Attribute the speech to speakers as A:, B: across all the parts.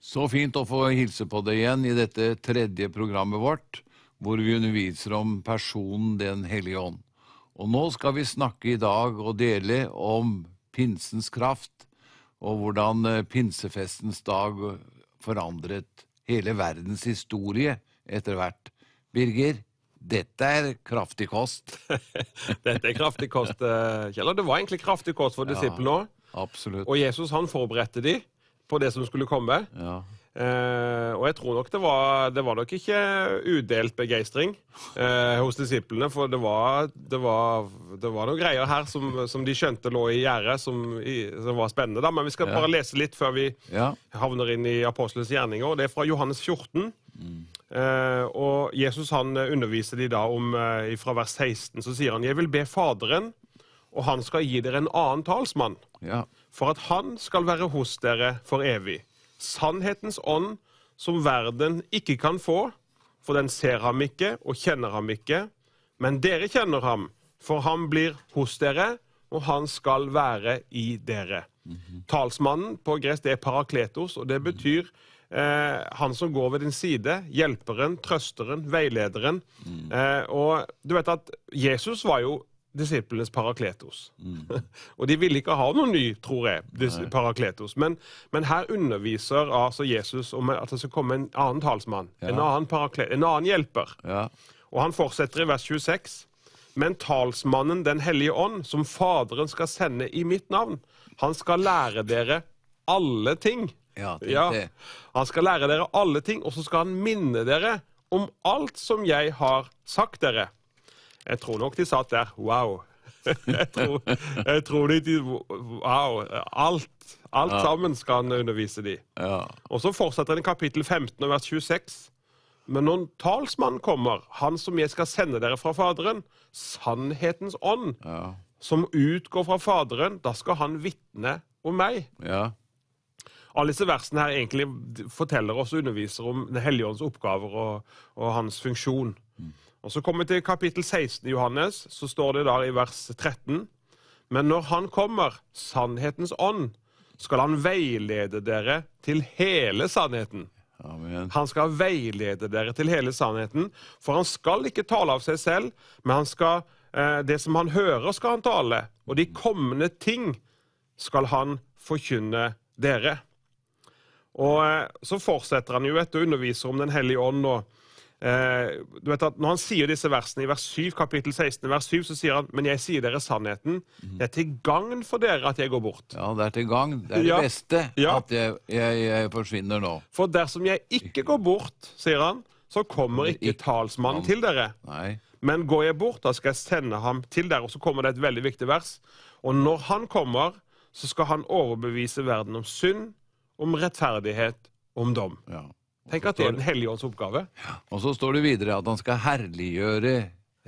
A: Så fint å få hilse på deg igjen i dette tredje programmet vårt, hvor vi underviser om personen Den hellige ånd. Og nå skal vi snakke i dag og dele om pinsens kraft, og hvordan eh, pinsefestens dag forandret hele verdens historie etter hvert. Birger, dette er kraftig kost.
B: Dette er kraftig kost, eh, Kjell. Og det var egentlig kraftig kost for disiplene òg.
A: Absolutt.
B: Og Jesus han forberedte de på det som skulle komme.
A: Ja.
B: Eh, og jeg tror nok det var, det var nok ikke udelt begeistring eh, hos disiplene, for det var, det var, det var noen greier her som, som de skjønte lå i gjerdet, som, i- som var spennende. da. Men vi skal bare lese litt før vi
A: Ja.
B: havner inn i apostelens gjerninger. og Det er fra Johannes 14. Eh, og Jesus han eh, underviser de da om eh, fra vers 16, så sier han Jeg vil be Faderen, og han skal gi dere en annen talsmann
A: ja.
B: for at han skal være hos dere for evig. Sannhetens ånd, som verden ikke kan få, for den ser ham ikke og kjenner ham ikke. Men dere kjenner ham, for han blir hos dere, og han skal være i dere. Talsmannen på gresk det er parakletos, og det betyr eh, han som går ved din side, hjelperen, trøsteren, veilederen. Eh, og du vet at Jesus var jo disiplenes parakletos. og de ville ikke ha noen ny, tror jeg, dis- parakletos. Men, men her underviser altså Jesus om at det skal komme en annen talsmann, en, annen paraklet, en annen hjelper.
A: ja.
B: Og han fortsetter i vers 26. Men talsmannen Den hellige ånd, som Faderen skal sende i mitt navn, han skal lære dere alle ting.
A: Ja, tenk det.
B: Han skal lære dere alle ting, og så skal han minne dere om alt som jeg har sagt dere. Jeg tror nok de satt der. Wow. jeg, tror, jeg tror de, de Wow. Alt, alt sammen skal han undervise de.
A: ja.
B: Og så fortsetter den i kapittel 15 og vers 26. Men når talsmannen kommer, han som jeg skal sende dere fra Faderen, sannhetens ånd,
A: ja.
B: som utgår fra Faderen, da skal han vitne om meg.
A: ja.
B: Alle disse versene her egentlig forteller oss og underviser om Den hellige ånds oppgaver og, og hans funksjon. Og Så kommer vi til kapittel 16 i Johannes, så står det der i vers 13. Men når han kommer, sannhetens ånd, skal han veilede dere til hele sannheten.
A: Amen.
B: Han skal veilede dere til hele sannheten, for han skal ikke tale av seg selv, men han skal, eh, det som han hører, skal han tale, og de kommende ting skal han forkynne dere. Og eh, så fortsetter han jo vet du, og underviser om Den hellige ånd. og eh, du vet at Når han sier disse versene i vers 7, kapittel 16, vers 7, så sier han men jeg sier dere sannheten. Det er til gagn for dere at jeg går bort.
A: Ja, det er til gang. Det er det
B: Ja.
A: beste
B: Ja.
A: at jeg, jeg, jeg forsvinner nå.
B: For dersom jeg ikke går bort, sier han, så kommer ikke talsmannen til dere.
A: Nei.
B: Men går jeg bort, da skal jeg sende ham til dere. Og så kommer det et veldig viktig vers. Og når han kommer, så skal han overbevise verden om synd, om rettferdighet, om dom.
A: Ja.
B: Tenk at det er Den hellige ånds oppgave.
A: Og så står det videre at han skal herliggjøre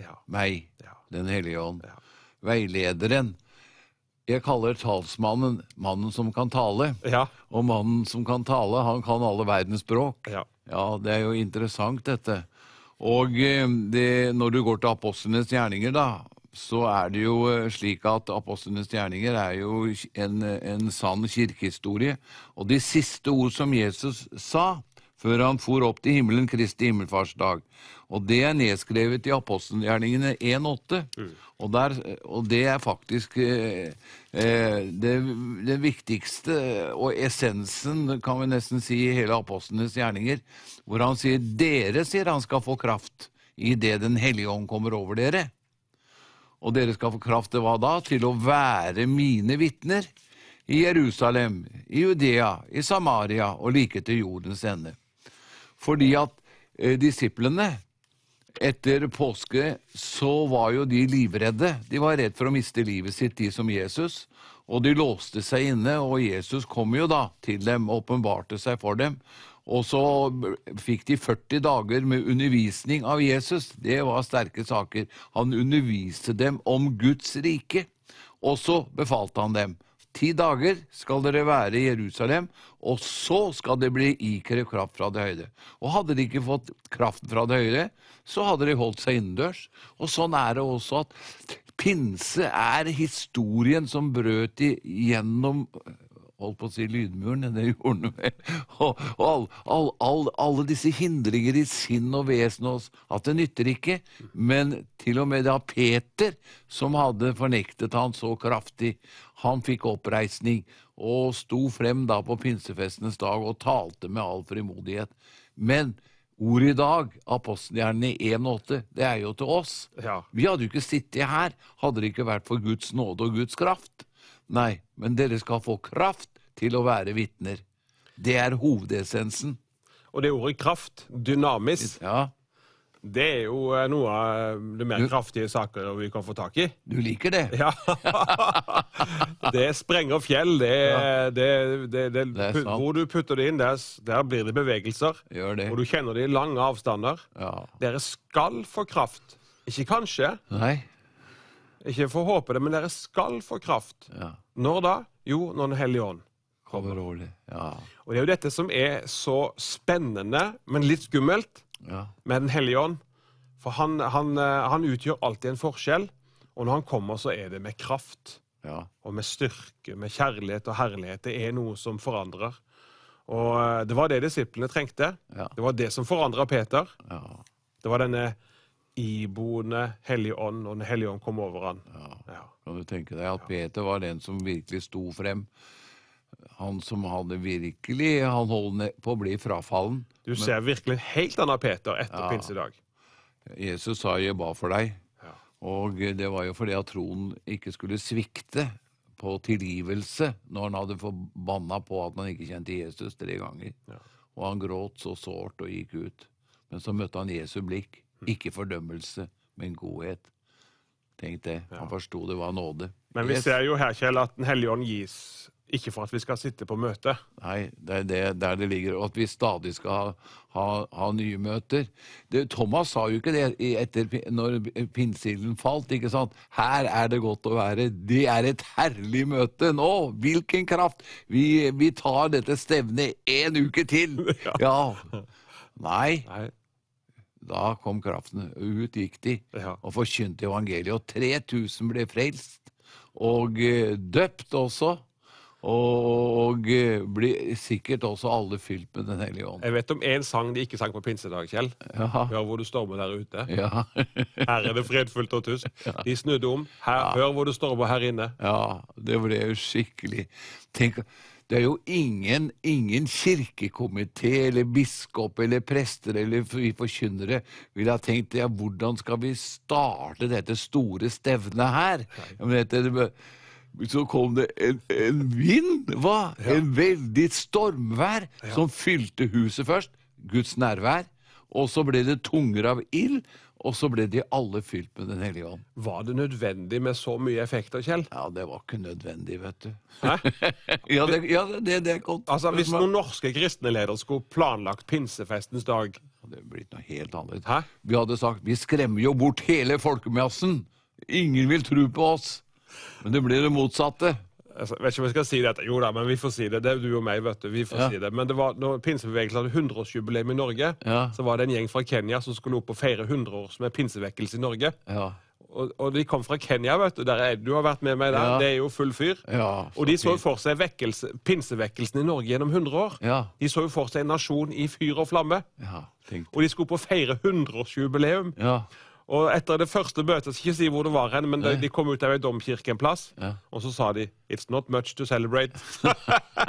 B: Ja.
A: meg,
B: Ja.
A: Den hellige ånd,
B: Ja.
A: veilederen. Jeg kaller talsmannen mannen som kan tale.
B: Ja.
A: Og mannen som kan tale, han kan alle verdens språk.
B: Ja.
A: Ja, det er jo interessant dette. Og eh, det, når du går til apostlenes gjerninger, da, så er det jo eh, slik at apostlenes gjerninger er jo en, en sann kirkehistorie. Og de siste ord som Jesus sa før han for opp til himmelen Kristi himmelfartsdag, og det er nedskrevet i apostelgjerningene 1.8. Og, der- og det er faktisk eh, eh, det, det viktigste og essensen, kan vi nesten si, i hele apostlenes gjerninger. Hvor han sier 'dere', sier han skal få kraft idet Den hellige ånd kommer over dere. Og dere skal få kraft til hva da? Til å være mine vitner i Jerusalem, i Judea, i Samaria og like til jordens ende. Fordi at eh, disiplene etter påske så var jo de livredde. De var redd for å miste livet sitt, de som Jesus. Og de låste seg inne, og Jesus kom jo da til dem, åpenbarte seg for dem. Og så fikk de 40 dager med undervisning av Jesus. Det var sterke saker. Han underviste dem om Guds rike. Og så befalte han dem. Ti dager skal dere være i Jerusalem, og så skal det bli ikre kraft fra det høyde. Og hadde de ikke fått kraften fra det høyde, så hadde de holdt seg innendørs. Og sånn er det også at pinse er historien som brøt i- gjennom holdt på å si lydmuren, men det gjorde han vel. Og, og all, all, all, alle disse hindringer i sinn og vesen hos at det nytter ikke. Men til og med da Peter, som hadde fornektet han så kraftig, han fikk oppreisning og sto frem da på pinsefestens dag og talte med all frimodighet. Men ordet i dag, apostelgjernene 1,8, det er jo til oss.
B: Ja.
A: Vi hadde jo ikke sittet her, hadde det ikke vært for Guds nåde og Guds kraft. Nei, men dere skal få kraft til å være vitner. Det er hovedessensen.
B: Og det ordet kraft, dynamisk,
A: Ja,
B: det er jo eh, noe av det mer kraftige saker vi kan få tak i.
A: du liker det.
B: Ja. Det sprenger fjell. Det, er- det, det, det,
A: er sant.
B: hvor du putter det inn, der, s- der blir det bevegelser.
A: Gjør det.
B: Og du kjenner det i lange avstander.
A: Ja.
B: Dere skal få kraft. Ikke kanskje,
A: Nei?
B: ikke få håpe det, men dere skal få kraft.
A: Ja.
B: Når da? Jo, når Den hellige ånd.
A: Kommer over det. Ja.
B: Og det er jo dette som er så spennende, men litt skummelt
A: ja.
B: med Den hellige ånd. For han, han, eh, han utgjør alltid en forskjell, og når han kommer, så er det med kraft.
A: Ja.
B: og med styrke, med kjærlighet og herlighet. Det er noe som forandrer. Og eh, det var det disiplene trengte.
A: Ja.
B: Det var det som forandra Peter.
A: Ja.
B: Det var denne iboende Hellige Ånd, og Den hellige ånd kom over han. Ja.
A: Kan du tenke deg at Peter var den som virkelig sto frem? Han som hadde virkelig Han holdt ned på å bli frafallen.
B: Du ser virkelig en helt annen Peter etter pinsedag.
A: Jesus sa 'jeg ba for deg'.
B: Ja.
A: Og det var jo fordi at troen ikke skulle svikte på tilgivelse når han hadde forbanna på at han ikke kjente Jesus tre ganger. Og han gråt så sårt og gikk ut. Men så møtte han Jesu blikk.
B: Mm.
A: Ikke fordømmelse, men godhet. Tenk det. Han forsto det var nåde.
B: Men vi
A: Yes.
B: ser jo her, Kjell, at Den hellige ånd gis ikke for at vi skal sitte på møte.
A: Nei, det er det, der det ligger. Og at vi stadig skal ha, ha, ha nye møter. Det, Thomas sa jo ikke det i- etter, pi- når pinseilden falt. ikke sant? Her er det godt å være. Det er et herlig møte nå! Hvilken kraft! Vi, vi tar dette stevnet en uke til! Ja. Nei,
B: Nei.
A: da kom kraften. Ut gikk de
B: Ja.
A: og forkynte evangeliet. Og 3000 ble frelst, og eh, døpt også. Og, og eh, ble sikkert også alle fylt med Den hellige ånd.
B: Jeg vet om én sang de ikke sang på pinsedag, Kjell.
A: Ja.
B: Hør hvor du stormer der ute.
A: Ja.
B: Her er det fredfullt og tyst. De snudde om. Her, Hør hvor du stormer her inne.
A: ja, det ble jo skikkelig Tenk, det er jo ingen, ingen kirkekomité eller biskop eller prester eller vi forkynnere ville ha tenkt ja, hvordan skal vi starte dette store stevnet her? Ja, men dette, det bør- så kom det en, en vind, hva? En veldig stormvær som fylte huset først. Guds nærvær. Og så ble det tunger av ild, og så ble de alle fylt med Den hellige ånd.
B: Var det nødvendig med så mye effekter, Kjell?
A: Ja, det var ikke nødvendig, vet du.
B: Hæ?
A: ja, det, ja, det, det er godt.
B: Altså, Hvis noen norske kristne ledere skulle planlagt pinsefestens dag
A: Det hadde blitt noe helt annet.
B: Hæ?
A: Vi hadde sagt vi skremmer jo bort hele folkemassen. Ingen vil tro på oss. Men det ble det motsatte.
B: altså, vet ikke om jeg skal si dette. Jo da, men vi får si det. Det er du og meg, vet du. Vi får
A: Ja.
B: si det. Men det var, når pinsebevegelsen hadde 100-årsjubileum i Norge,
A: Ja.
B: så var det en gjeng fra Kenya som skulle opp og feire 100 års med pinsevekkelse i Norge.
A: Ja.
B: Og, og de kom fra Kenya, vet du. Der er, du har vært med meg der.
A: Ja.
B: Det er jo full fyr.
A: Ja, så
B: og de så jo
A: fint.
B: for seg vekkelse, pinsevekkelsen i Norge gjennom 100 år.
A: Ja.
B: De så jo for seg en nasjon i fyr og flamme.
A: Ja, tenk.
B: Og de skulle opp og feire 100-årsjubileum.
A: Ja,
B: Og etter det første møtet, jeg skal ikke si hvor det var hen, men de, de kom ut av ei domkirke en plass,
A: Ja.
B: og så sa de 'It's not much to celebrate'.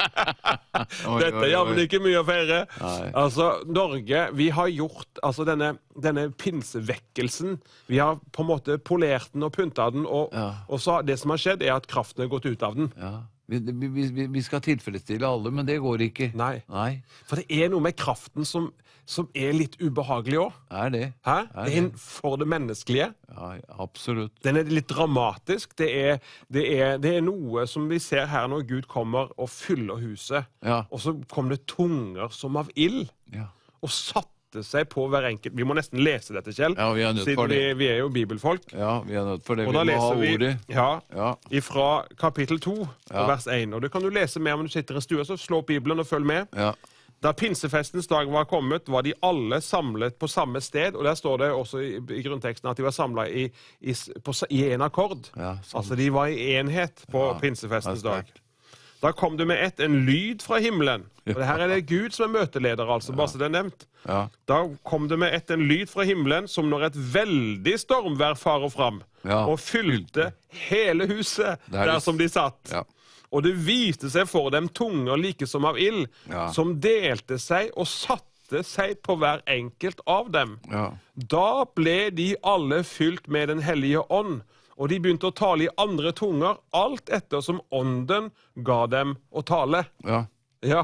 A: Oi,
B: Dette
A: oi,
B: er jammen
A: oi.
B: ikke mye å feire.
A: Nei.
B: Altså, Norge, vi har gjort altså denne, denne pinsevekkelsen Vi har på en måte polert den og pynta den, og,
A: Ja.
B: og så har- det som har skjedd, er at kraften er gått ut av den.
A: ja. Vi, vi, vi, vi skal tilfredsstille alle, men det går ikke.
B: Nei.
A: Nei,
B: For det er noe med kraften som, som er litt ubehagelig òg.
A: er det.
B: Hæ?
A: Er
B: Det er en- for det menneskelige.
A: Ja, absolutt.
B: Den er litt dramatisk. Det er, det, er, det er noe som vi ser her når Gud kommer og fyller huset.
A: Ja.
B: Og så kom det tunger som av ild
A: Ja.
B: og satte seg på hver enkelt. Vi må nesten lese dette, Kjell.
A: Ja, vi er nødt
B: siden
A: for det.
B: Vi, vi er jo bibelfolk.
A: ja, vi er nødt for det.
B: Og
A: Vi
B: da
A: må ha
B: leser vi
A: ordet.
B: ja,
A: Ja.
B: ifra kapittel 2, og vers 1. Og det kan du lese mer om du sitter i stua, så slå opp Bibelen og følg med.
A: Ja.
B: Da pinsefestens dag var kommet, var de alle samlet på samme sted. Og der står det også i, i grunnteksten at de var samla i, i, s- på s- i en akkord.
A: Ja, sant.
B: altså de var i enhet på
A: Ja,
B: pinsefestens
A: det er
B: dag.
A: sterkt.
B: Da kom det med ett en lyd fra himmelen. Og det her er det Gud som er møteleder, altså, bare så det er nevnt.
A: Ja.
B: Da kom det med ett en lyd fra himmelen, som når et veldig stormvær farer fram,
A: Ja.
B: og fylte hele huset
A: Det er det-
B: der som de satt.
A: Ja.
B: Og det viste seg for dem tunger like som av ild,
A: Ja.
B: som delte seg og satte seg på hver enkelt av dem.
A: Ja.
B: Da ble de alle fylt med Den hellige ånd, og de begynte å tale i andre tunger, alt etter som ånden ga dem å tale.
A: ja.
B: Ja,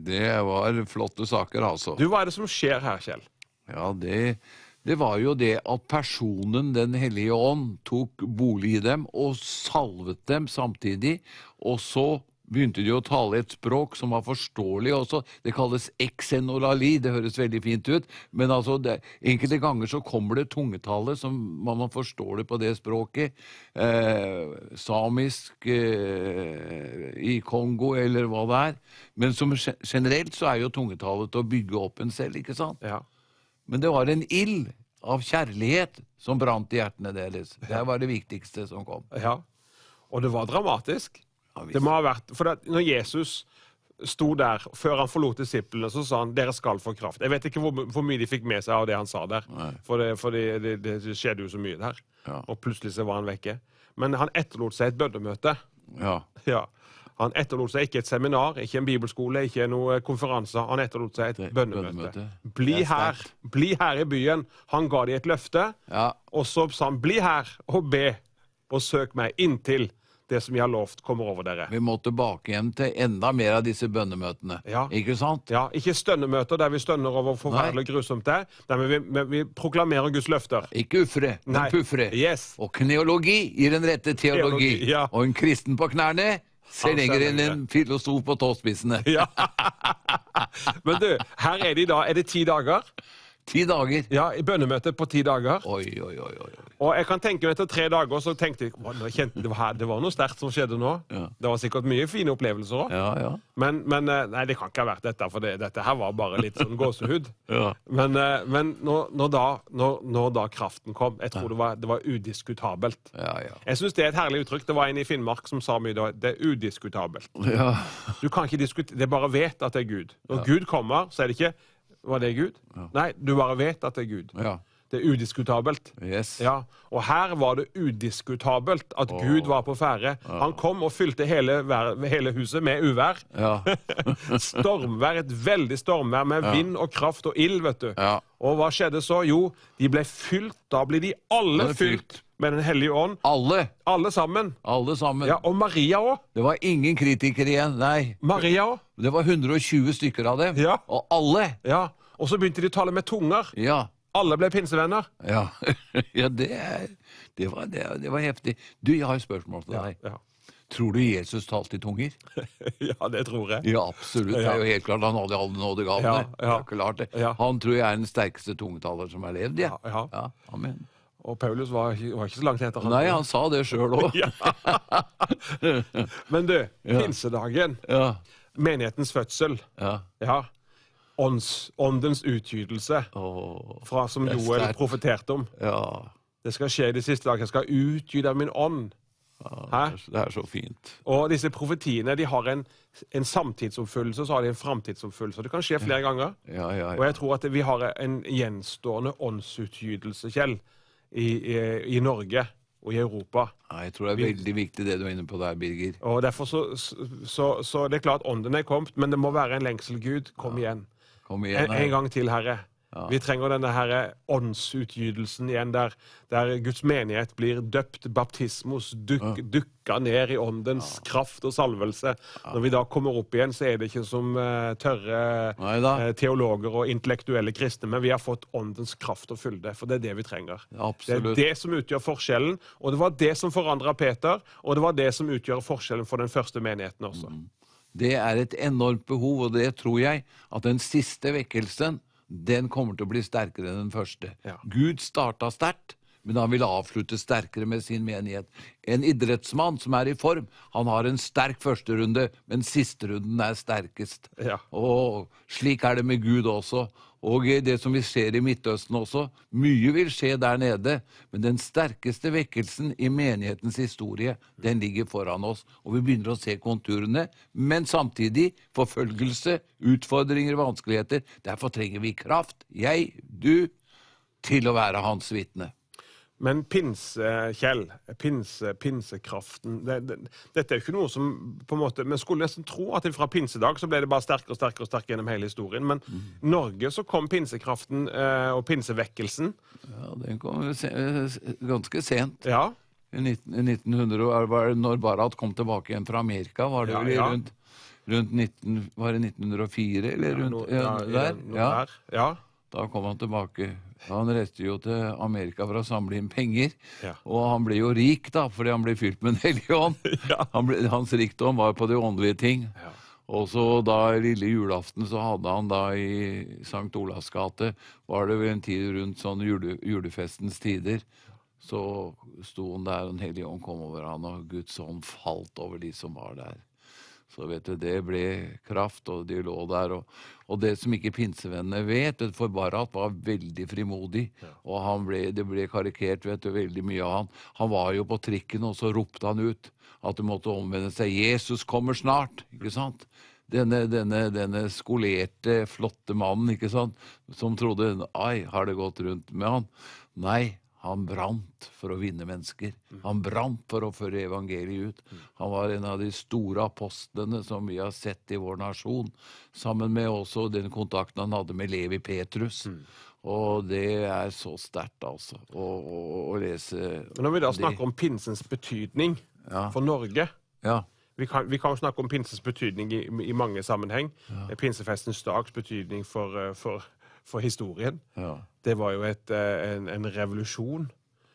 A: Det var flotte saker, altså.
B: du, Hva er det som skjer her, Kjell?
A: Ja, det, det var jo det at personen Den hellige ånd tok bolig i dem og salvet dem samtidig. Og så begynte de å tale et språk som var forståelig også. Det kalles eksenorali. Det høres veldig fint ut. Men altså, det, enkelte ganger så kommer det tungetale som man man forstår det på det språket. Eh, samisk eh, i Kongo eller hva det er. Men som ge- generelt så er jo tungetallet til å bygge opp en selv, ikke sant?
B: Ja.
A: Men det var en ild av kjærlighet som brant i hjertene deres. Det var det viktigste som kom.
B: ja. Og det var dramatisk.
A: Ja, visst.
B: det må ha vært, for det, når Jesus sto der før han forlot disiplene, så sa han dere skal få kraft. Jeg vet ikke hvor, hvor mye de fikk med seg av det han sa der, for, det, for det, det, det skjedde jo så mye der.
A: Ja.
B: Og plutselig så var han vekke. Men han etterlot seg et bønnemøte.
A: Ja,
B: Ja. Han etterlot seg ikke et seminar, ikke en bibelskole, ikke noen konferanser. Han etterlot seg et
A: Det-
B: bønnemøte.
A: bønnemøte.
B: Bli
A: Det er
B: her.
A: sterkt.
B: Bli her i byen. Han ga dem et løfte,
A: Ja.
B: og så sa han bli her og be og søk meg inntil det som jeg har lovt, kommer over dere.
A: Vi må tilbake igjen til enda mer av disse bønnemøtene.
B: Ja.
A: Ikke sant?
B: Ja, Ikke stønnemøter der vi stønner over hvor forferdelig og grusomt det er. Der vi, vi, vi proklamerer Guds løfter.
A: Ikke ufre, men
B: Nei.
A: puffre.
B: Yes.
A: Og kneologi gir den rette teologi.
B: Teologi, ja.
A: Og en kristen på knærne ser
B: Han
A: lenger
B: ser
A: enn en filosof på tåspissene.
B: Ja. Men du, her er de da. Er det ti dager?
A: Ti dager.
B: Ja, i bønnemøte på ti dager.
A: Oi, oi, oi. oi. oi.
B: Og jeg kan tenke meg etter tre dager så tenkte jeg «Å, nå kjente, det, var, her- det var noe sterkt som skjedde nå.
A: Ja.
B: Det var sikkert mye fine opplevelser òg.
A: Ja, ja.
B: Men, men eh, nei, det kan ikke ha vært dette, for det, dette her var bare litt sånn gåsehud.
A: Ja.
B: Men, eh, men når, når, da, når, når da kraften kom Jeg tror det var, det var udiskutabelt.
A: Ja, ja.
B: Jeg syns det er et herlig uttrykk. Det var en i Finnmark som sa mye da. Det er udiskutabelt.
A: ja.
B: Du kan ikke diskutere, Det bare vet at det er Gud. Når Gud kommer, så er det ikke Var det Gud? Nei, du bare vet at det er Gud.
A: ja.
B: Det er udiskutabelt.
A: Yes.
B: Ja, Og her var det udiskutabelt at Gud var på ferde. Han kom og fylte hele, vær- hele huset med uvær.
A: Ja.
B: stormvær, et veldig stormvær med vind og kraft og ild, vet du.
A: Ja.
B: Og hva skjedde så? Jo, de ble fylt. Da ble de alle
A: Alle fylt.
B: fylt med Den hellige ånd.
A: Alle.
B: Alle sammen.
A: Alle sammen.
B: Ja, Og Maria òg.
A: Det var ingen kritikere igjen. Nei.
B: Maria òg.
A: Det var 120 stykker av dem,
B: Ja.
A: og alle
B: Ja. Og så begynte de å tale med tunger.
A: Ja.
B: Alle ble pinsevenner.
A: ja. ja det, er- det, var, det, er- det var heftig. Du, jeg har et spørsmål til deg.
B: Ja.
A: Tror du Jesus talte i tunger?
B: ja, det tror jeg.
A: Ja, absolutt. Det er jo helt klart. Han hadde alle nådegavene.
B: Ja,
A: Det
B: ja.
A: er klart det.
B: Ja.
A: Han tror jeg er den sterkeste tungetaleren som har levd, jeg.
B: Ja, ja.
A: amen.
B: Og Paulus var, ikke- var ikke så langt etter han.
A: Nei, han sa det sjøl òg.
B: Ja. Men du, pinsedagen,
A: Ja.
B: menighetens fødsel,
A: Ja.
B: ja, ånds, åndens utgytelse,
A: Åh,
B: fra som
A: Det er
B: Joel
A: sterkt.
B: profeterte om.
A: ja.
B: Det skal skje de siste dager. Jeg skal utgyde min ånd. Hæ?
A: Det er så fint.
B: Og disse profetiene de har en, en samtidsoppfyllelse, og så har de en framtidsoppfyllelse. Det kan skje flere ganger.
A: Ja, ja,
B: Og
A: ja.
B: jeg tror at vi har en gjenstående åndsutgytelse, Kjell, i, i, i Norge og i Europa.
A: Nei, Jeg tror det er veldig viktig det du er inne på der, Birger.
B: Og derfor så, så, så det er klart ånden er kommet, men det må være en lengsel, Gud. Kom igjen.
A: Kom
B: En,
A: igjen.
B: en
A: her.
B: gang til, Herre. Vi trenger denne herre åndsutgytelsen igjen, der, der Guds menighet blir døpt baptismos, duk, dukka ned i åndens kraft og salvelse. Når vi da kommer opp igjen, så er det ikke som eh, tørre
A: Neida.
B: eh, teologer og intellektuelle kristne, men vi har fått åndens kraft og fylde, for det er det vi trenger. Det
A: Absolutt.
B: er det som utgjør forskjellen, og det var det som forandra Peter, og det var det som utgjør forskjellen for den første menigheten også.
A: Det er et enormt behov, og det tror jeg at den siste vekkelsen den kommer til å bli sterkere enn den første.
B: Ja.
A: Gud starta sterkt, men han ville avslutte sterkere med sin menighet. En idrettsmann som er i form, han har en sterk førsterunde, men sisterunden er sterkest.
B: Ja.
A: Og slik er det med Gud også. Og eh, det som vi ser i Midtøsten også, mye vil skje der nede, men den sterkeste vekkelsen i menighetens historie, den ligger foran oss. Og vi begynner å se konturene, men samtidig forfølgelse, utfordringer, vanskeligheter. Derfor trenger vi kraft, jeg, du, til å være hans vitne.
B: Men pinse, Kjell, pinse, pinsekraften det, det, Dette er jo ikke noe som på en måte, Vi skulle nesten tro at fra pinsedag så ble det bare sterkere og sterkere og sterkere gjennom hele historien. Men
A: Mm.
B: i Norge så kom pinsekraften eh, og pinsevekkelsen.
A: Ja, den kom jo se- eh, ganske sent.
B: Ja,
A: I 19 i 1900, og er- var det når Barrat kom tilbake igjen fra Amerika, var det
B: Ja,
A: vel i
B: ja.
A: rundt, rundt 19, var det 1904 eller
B: noe-
A: rundt ja,
B: ja,
A: der?
B: noe
A: Ja,
B: der. ja.
A: da kom han tilbake. Han reiste jo til Amerika for å samle inn penger,
B: Ja.
A: og han ble jo rik da, fordi han ble fylt med en hellig ånd.
B: Ja.
A: Han ble, hans rikdom var på de åndelige ting.
B: Ja.
A: Og så da lille julaften så hadde han da i St. Olavs gate, var det vel en tid rundt sånn jule, julefestens tider, så sto han der, og Den hellige ånd kom over han, og Guds ånd falt over de som var der. Så vet du, det ble kraft, og de lå der. Og, og det som ikke pinsevennene vet, vet du, for Barrat var veldig frimodig. Og han ble, det ble karikert vet du, veldig mye av han. Han var jo på trikken, og så ropte han ut at du måtte omvende seg. 'Jesus kommer snart!' ikke sant? Denne, denne, denne skolerte, flotte mannen ikke sant? som trodde 'Ai, har det gått rundt med han?' Nei, han brant for å vinne mennesker. Han brant for å føre evangeliet ut. Han var en av de store apostlene som vi har sett i vår nasjon, sammen med også den kontakten han hadde med Levi Petrus. Og det er så sterkt, altså, å, å, å lese
B: Men når vi da snakker om pinsens betydning
A: Ja.
B: for Norge
A: Ja.
B: Vi kan, vi kan jo snakke om pinsens betydning i, i mange sammenheng. Eh, Pinsefestens dags betydning for, eh, for, for historien.
A: ja
B: Det var jo et, eh, en, en revolusjon.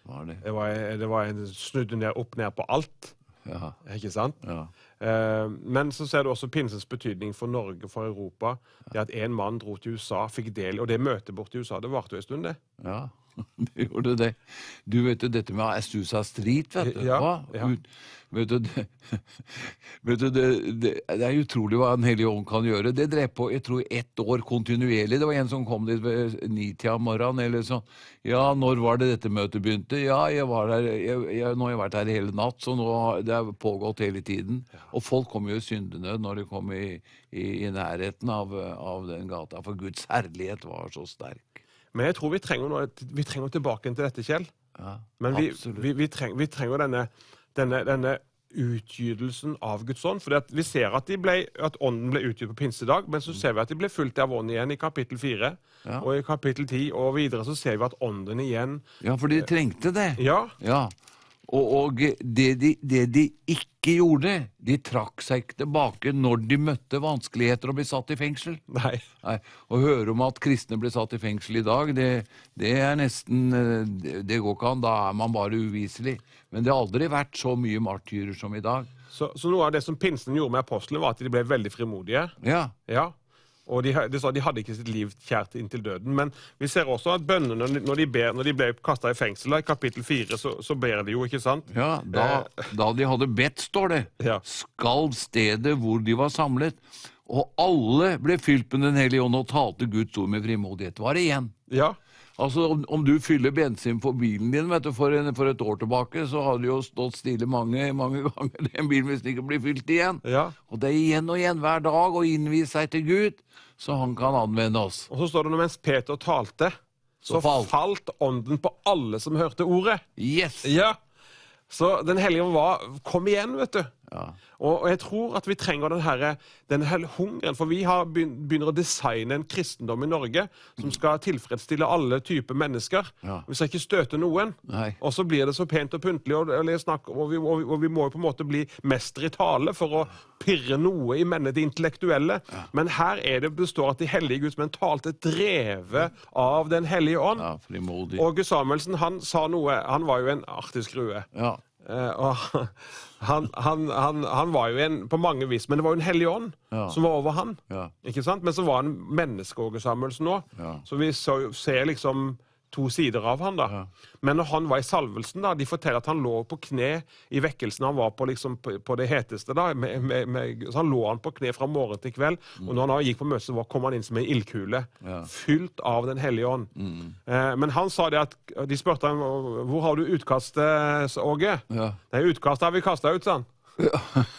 A: var det.
B: Det var, det var en snudde ned, opp ned på alt.
A: Ja.
B: Ikke sant?
A: ja.
B: Eh, men så ser du også pinsens betydning for Norge, for Europa. Det at en mann dro til USA, fikk del Og det møtet borte i USA, det varte jo en stund, det.
A: Ja, det gjorde det. Du vet jo dette med Astusa Street, vet du.
B: Ja,
A: hva?
B: ja.
A: Ut- Vet du, det, vet du det, det, det er utrolig hva Den hellige ånd kan gjøre. Det drev på jeg tror, ett år kontinuerlig. Det var en som kom dit ved nitida om morgenen eller sånn. Ja, når var det dette møtet begynte? Ja, jeg var der, jeg, jeg, nå har jeg vært her hele natt, så nå har det har pågått hele tiden. Og folk kom jo i syndenød når de kom i, i, i nærheten av, av den gata, for Guds herlighet var så sterk.
B: Men jeg tror vi trenger, noe, vi trenger tilbake til dette, Kjell.
A: Ja,
B: Men vi,
A: absolutt.
B: vi, vi, treng, vi trenger denne, denne, denne utgytelsen av Guds ånd. For vi ser at, de ble, at ånden ble utgytt på pinsedag, men så ser vi at de ble fulgt av ånden igjen i kapittel 4.
A: Ja.
B: Og i kapittel 10 og videre så ser vi at ånden igjen
A: Ja, for de trengte det.
B: Ja,
A: Ja. Og, og det, de, det de ikke gjorde, de trakk seg ikke tilbake når de møtte vanskeligheter og ble satt i fengsel.
B: nei.
A: Nei, Å høre om at kristne ble satt i fengsel i dag, det, det er nesten eh, det, det går ikke an. Da er man bare uviselig. Men det har aldri vært så mye martyrer som i dag.
B: Så, så noe av det som pinsen gjorde med apostlene, var at de ble veldig frimodige.
A: Ja.
B: Ja. Og de, de sa de hadde ikke sitt liv kjært inntil døden. Men vi ser også at bønnene, når de, ber, når de ble kasta i fengsel, da, i kapittel 4, så, så ber de jo, ikke sant?
A: Ja, da, da de hadde bedt, står det,
B: Eh. Ja.
A: skalv stedet hvor de var samlet, og alle ble fylt med Den hellige ånd og talte Guds ord med frimodighet. Var det igjen?
B: Ja.
A: Altså, om, om du fyller bensin på bilen din vet du, for, en, for et år tilbake, så har det jo stått stille mange, mange ganger den bilen hvis den ikke blir fylt igjen.
B: Ja.
A: Og det er igjen og igjen hver dag å innvie seg til Gud, så han kan anvende oss.
B: Og så står det når mens Peter talte, så,
A: Så falt.
B: falt. ånden på alle som hørte ordet.
A: Yes!
B: Ja. Så Den hellige ånd var Kom igjen, vet du.
A: Ja.
B: Og, og jeg tror at vi trenger den herre- den her hungeren, for vi har begyn- begynner å designe en kristendom i Norge som skal tilfredsstille alle typer mennesker.
A: Ja.
B: Vi skal ikke støte noen.
A: Nei.
B: Og så blir det så pent og pyntelig, og, eller snakk, og, vi, og, vi, og vi må jo på en måte bli mester i tale for å pirre noe i mennene, det intellektuelle. Men her er det, det står at de hellige Guds menn talte drevet av Den hellige ånd.
A: ja, frimodig.
B: Og Åge Samuelsen han sa noe Han var jo en artig skrue.
A: Ja.
B: Eh, og han, han, han, han var jo en på mange vis, men det var jo en hellig ånd
A: Ja.
B: som var over han.
A: Ja.
B: Ikke sant? Men så var han menneske, Åge Samuelsen òg.
A: Ja.
B: Så vi så, ser liksom to sider av han da.
A: Ja.
B: Men når han var i salvelsen, da, de forteller at han lå på kne i vekkelsen han var på liksom på, på det heteste. da, med, med, med, så Han lå han på kne fra morgen til kveld, og når han gikk på møtet, så var- kom han inn som en ildkule.
A: Mm. Ja. Mm.
B: Fylt av Den hellige ånd. Eh, men han sa det at De spurte ham hvor har du utkastet, Åge.
A: Ja.
B: Nei, utkastet har vi kasta ut, sa han.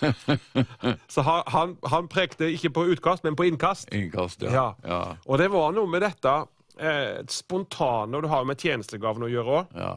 B: så han, han, han prekte ikke på utkast, men på innkast.
A: Innkast, ja.
B: Ja.
A: ja.
B: Og det var noe med dette eh, spontane, og det har jo med tjenestegaven å gjøre òg.
A: ja.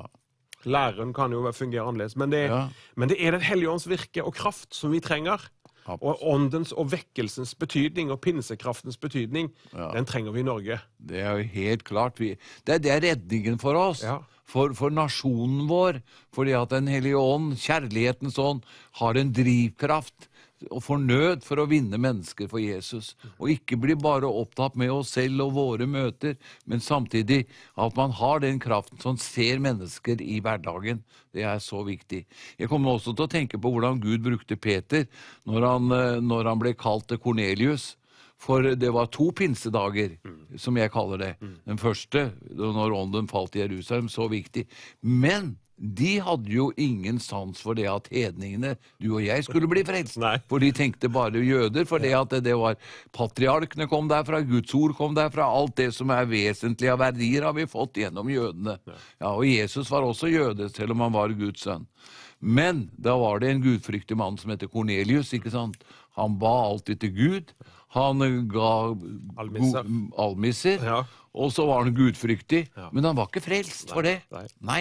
B: Læreren kan jo fungere annerledes, men det,
A: Ja.
B: men det er Den hellige ånds virke og kraft som vi trenger.
A: Absolutt.
B: Og åndens og vekkelsens betydning og pinsekraftens betydning, den trenger vi i Norge.
A: Det er jo helt klart. Vi, det, er- det er redningen for oss.
B: Ja.
A: For, for nasjonen vår. Fordi at Den hellige ånd, kjærlighetens ånd, har en drivkraft og fornød for å vinne mennesker for Jesus. Og ikke bli bare opptatt med oss selv og våre møter, men samtidig at man har den kraften som ser mennesker i hverdagen. Det er så viktig. Jeg kommer også til å tenke på hvordan Gud brukte Peter når han, eh, når han ble kalt til Kornelius. For det var to pinsedager, som jeg kaller det. Den første, når ånden falt i Jerusalem, så viktig. Men de hadde jo ingen sans for det at hedningene, du og jeg, skulle bli frelst.
B: Nei.
A: For de tenkte bare jøder, for det at det var patriarkene kom derfra, Guds ord kom derfra, alt det som er vesentlig av verdier har vi fått gjennom jødene. Ja, Og Jesus var også jøde, selv om han var Guds sønn. Men da var det en gudfryktig mann som heter Kornelius, ikke sant? Han ba alltid til Gud. Han eh, ga
B: Almisser.
A: go- almisser.
B: Ja.
A: Og så var han gudfryktig,
B: Ja.
A: men han var ikke frelst for det.
B: nei.
A: Nei,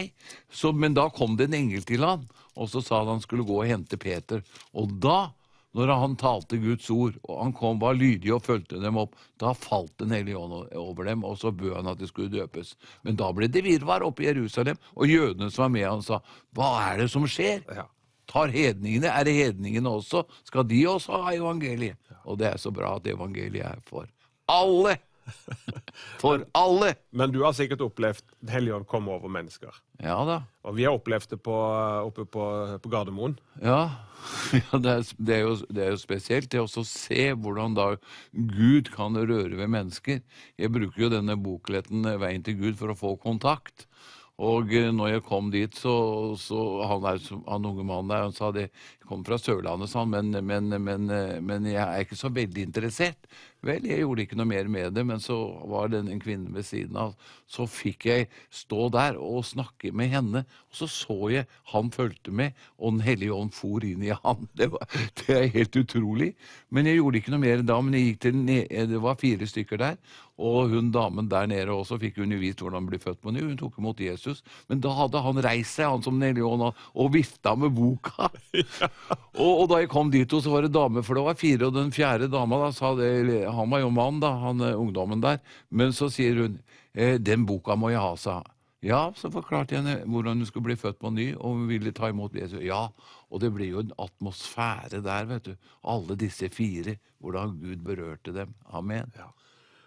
A: så, men da kom det en engel til han, og så sa han han skulle gå og hente Peter. Og da, når han talte Guds ord, og han kom, var lydig og fulgte dem opp, da falt Den hellige ånd o- over dem, og så bød han at de skulle døpes. Men da ble det virvar oppe i Jerusalem, og jødene som var med han sa, hva er det som skjer?
B: Ja.
A: Tar hedningene, er det hedningene også? Skal de også ha evangeliet? Og det er så bra at evangeliet er for alle! For alle!
B: Men du har sikkert opplevd Den hellige ånd komme over mennesker.
A: Ja da.
B: Og vi har opplevd det på, oppe på, på Gardermoen.
A: Ja, ja det, er, det, er jo, det er jo spesielt det også å se hvordan da Gud kan røre ved mennesker. Jeg bruker jo denne bokletten eh, 'Veien til Gud' for å få kontakt. Og eh, når jeg kom dit, så, så han, der, som- han unge mannen der, han sa det Jeg kom fra Sørlandet, sa han, men, men, men, eh, men jeg er ikke så veldig interessert. Vel, jeg gjorde ikke noe mer med det, men så var det en kvinne ved siden av. Så fikk jeg stå der og snakke med henne, og så så jeg han fulgte med, og Den hellige ånd for inn i han. Det, var, det er helt utrolig. Men jeg gjorde ikke noe mer da, men jeg gikk til, ne- eh, det var fire stykker der, og hun damen der nede også fikk undervist hvordan hun ble født på ny, hun tok imot Jesus, men da hadde han reist seg, han som Den hellige ånd, og vifta med boka. Og, og da jeg kom dit, og så var det damer, for det var fire, og den fjerde dama da, sa det, eller han var jo mann, da, han eh, ungdommen der, men så sier hun eh, 'Den boka må jeg ha', sa hun. Ja, så forklarte jeg henne hvordan hun skulle bli født på ny, og hun ville ta imot Jesus. Ja, og det ble jo en atmosfære der, vet du. Alle disse fire, hvordan Gud berørte dem. Amen.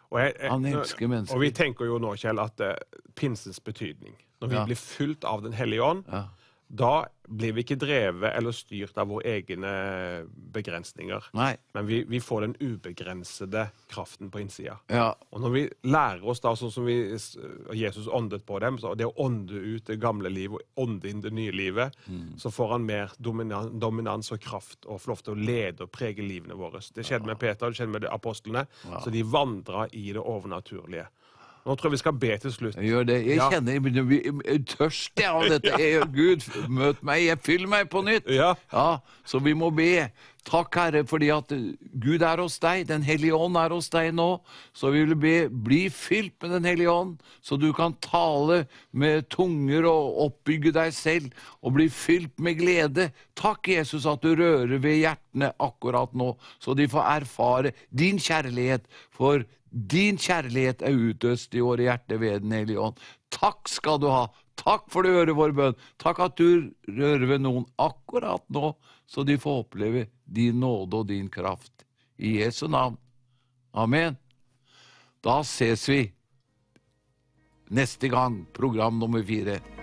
B: Og jeg, jeg,
A: Han elsker mennesker.
B: Og vi tenker jo nå, Kjell, at eh, pinsens betydning Når vi
A: Ja.
B: blir fulgt av Den hellige ånd,
A: Ja.
B: da blir vi ikke drevet eller styrt av våre egne begrensninger.
A: Nei.
B: Men vi, vi får den ubegrensede kraften på innsida.
A: Ja,
B: Og når vi lærer oss da, sånn som vi, s- Jesus åndet på dem, så det å ånde ut det gamle livet og ånde inn det nye livet, så får han mer dominan, dominans og kraft og får lov til å lede og prege livene våre. Det skjedde med Peter og det skjedde med de apostlene, så de vandra i det overnaturlige. Nå tror jeg vi skal be til slutt.
A: jeg gjør det. Jeg
B: Ja.
A: kjenner jeg begynner å bli jeg er tørst jeg, av dette. Jeg, Gud, møt meg, jeg fyller meg på nytt.
B: Ja.
A: Ja, så vi må be. Takk, Herre, fordi at eh, Gud er hos deg. Den hellige ånd er hos deg nå. Så vi vil be, bli fylt med Den hellige ånd, så du kan tale med tunger og oppbygge deg selv og bli fylt med glede. Takk, Jesus, at du rører ved hjertene akkurat nå, så de får erfare din kjærlighet, for din kjærlighet er utøst i våre hjerter ved Den hellige ånd. Takk skal du ha. Takk for du hører vår bønn. Takk at du rører ved noen akkurat nå, så de får oppleve din nåde og din kraft. I Jesu navn. Amen. Da ses vi neste gang, program nummer fire.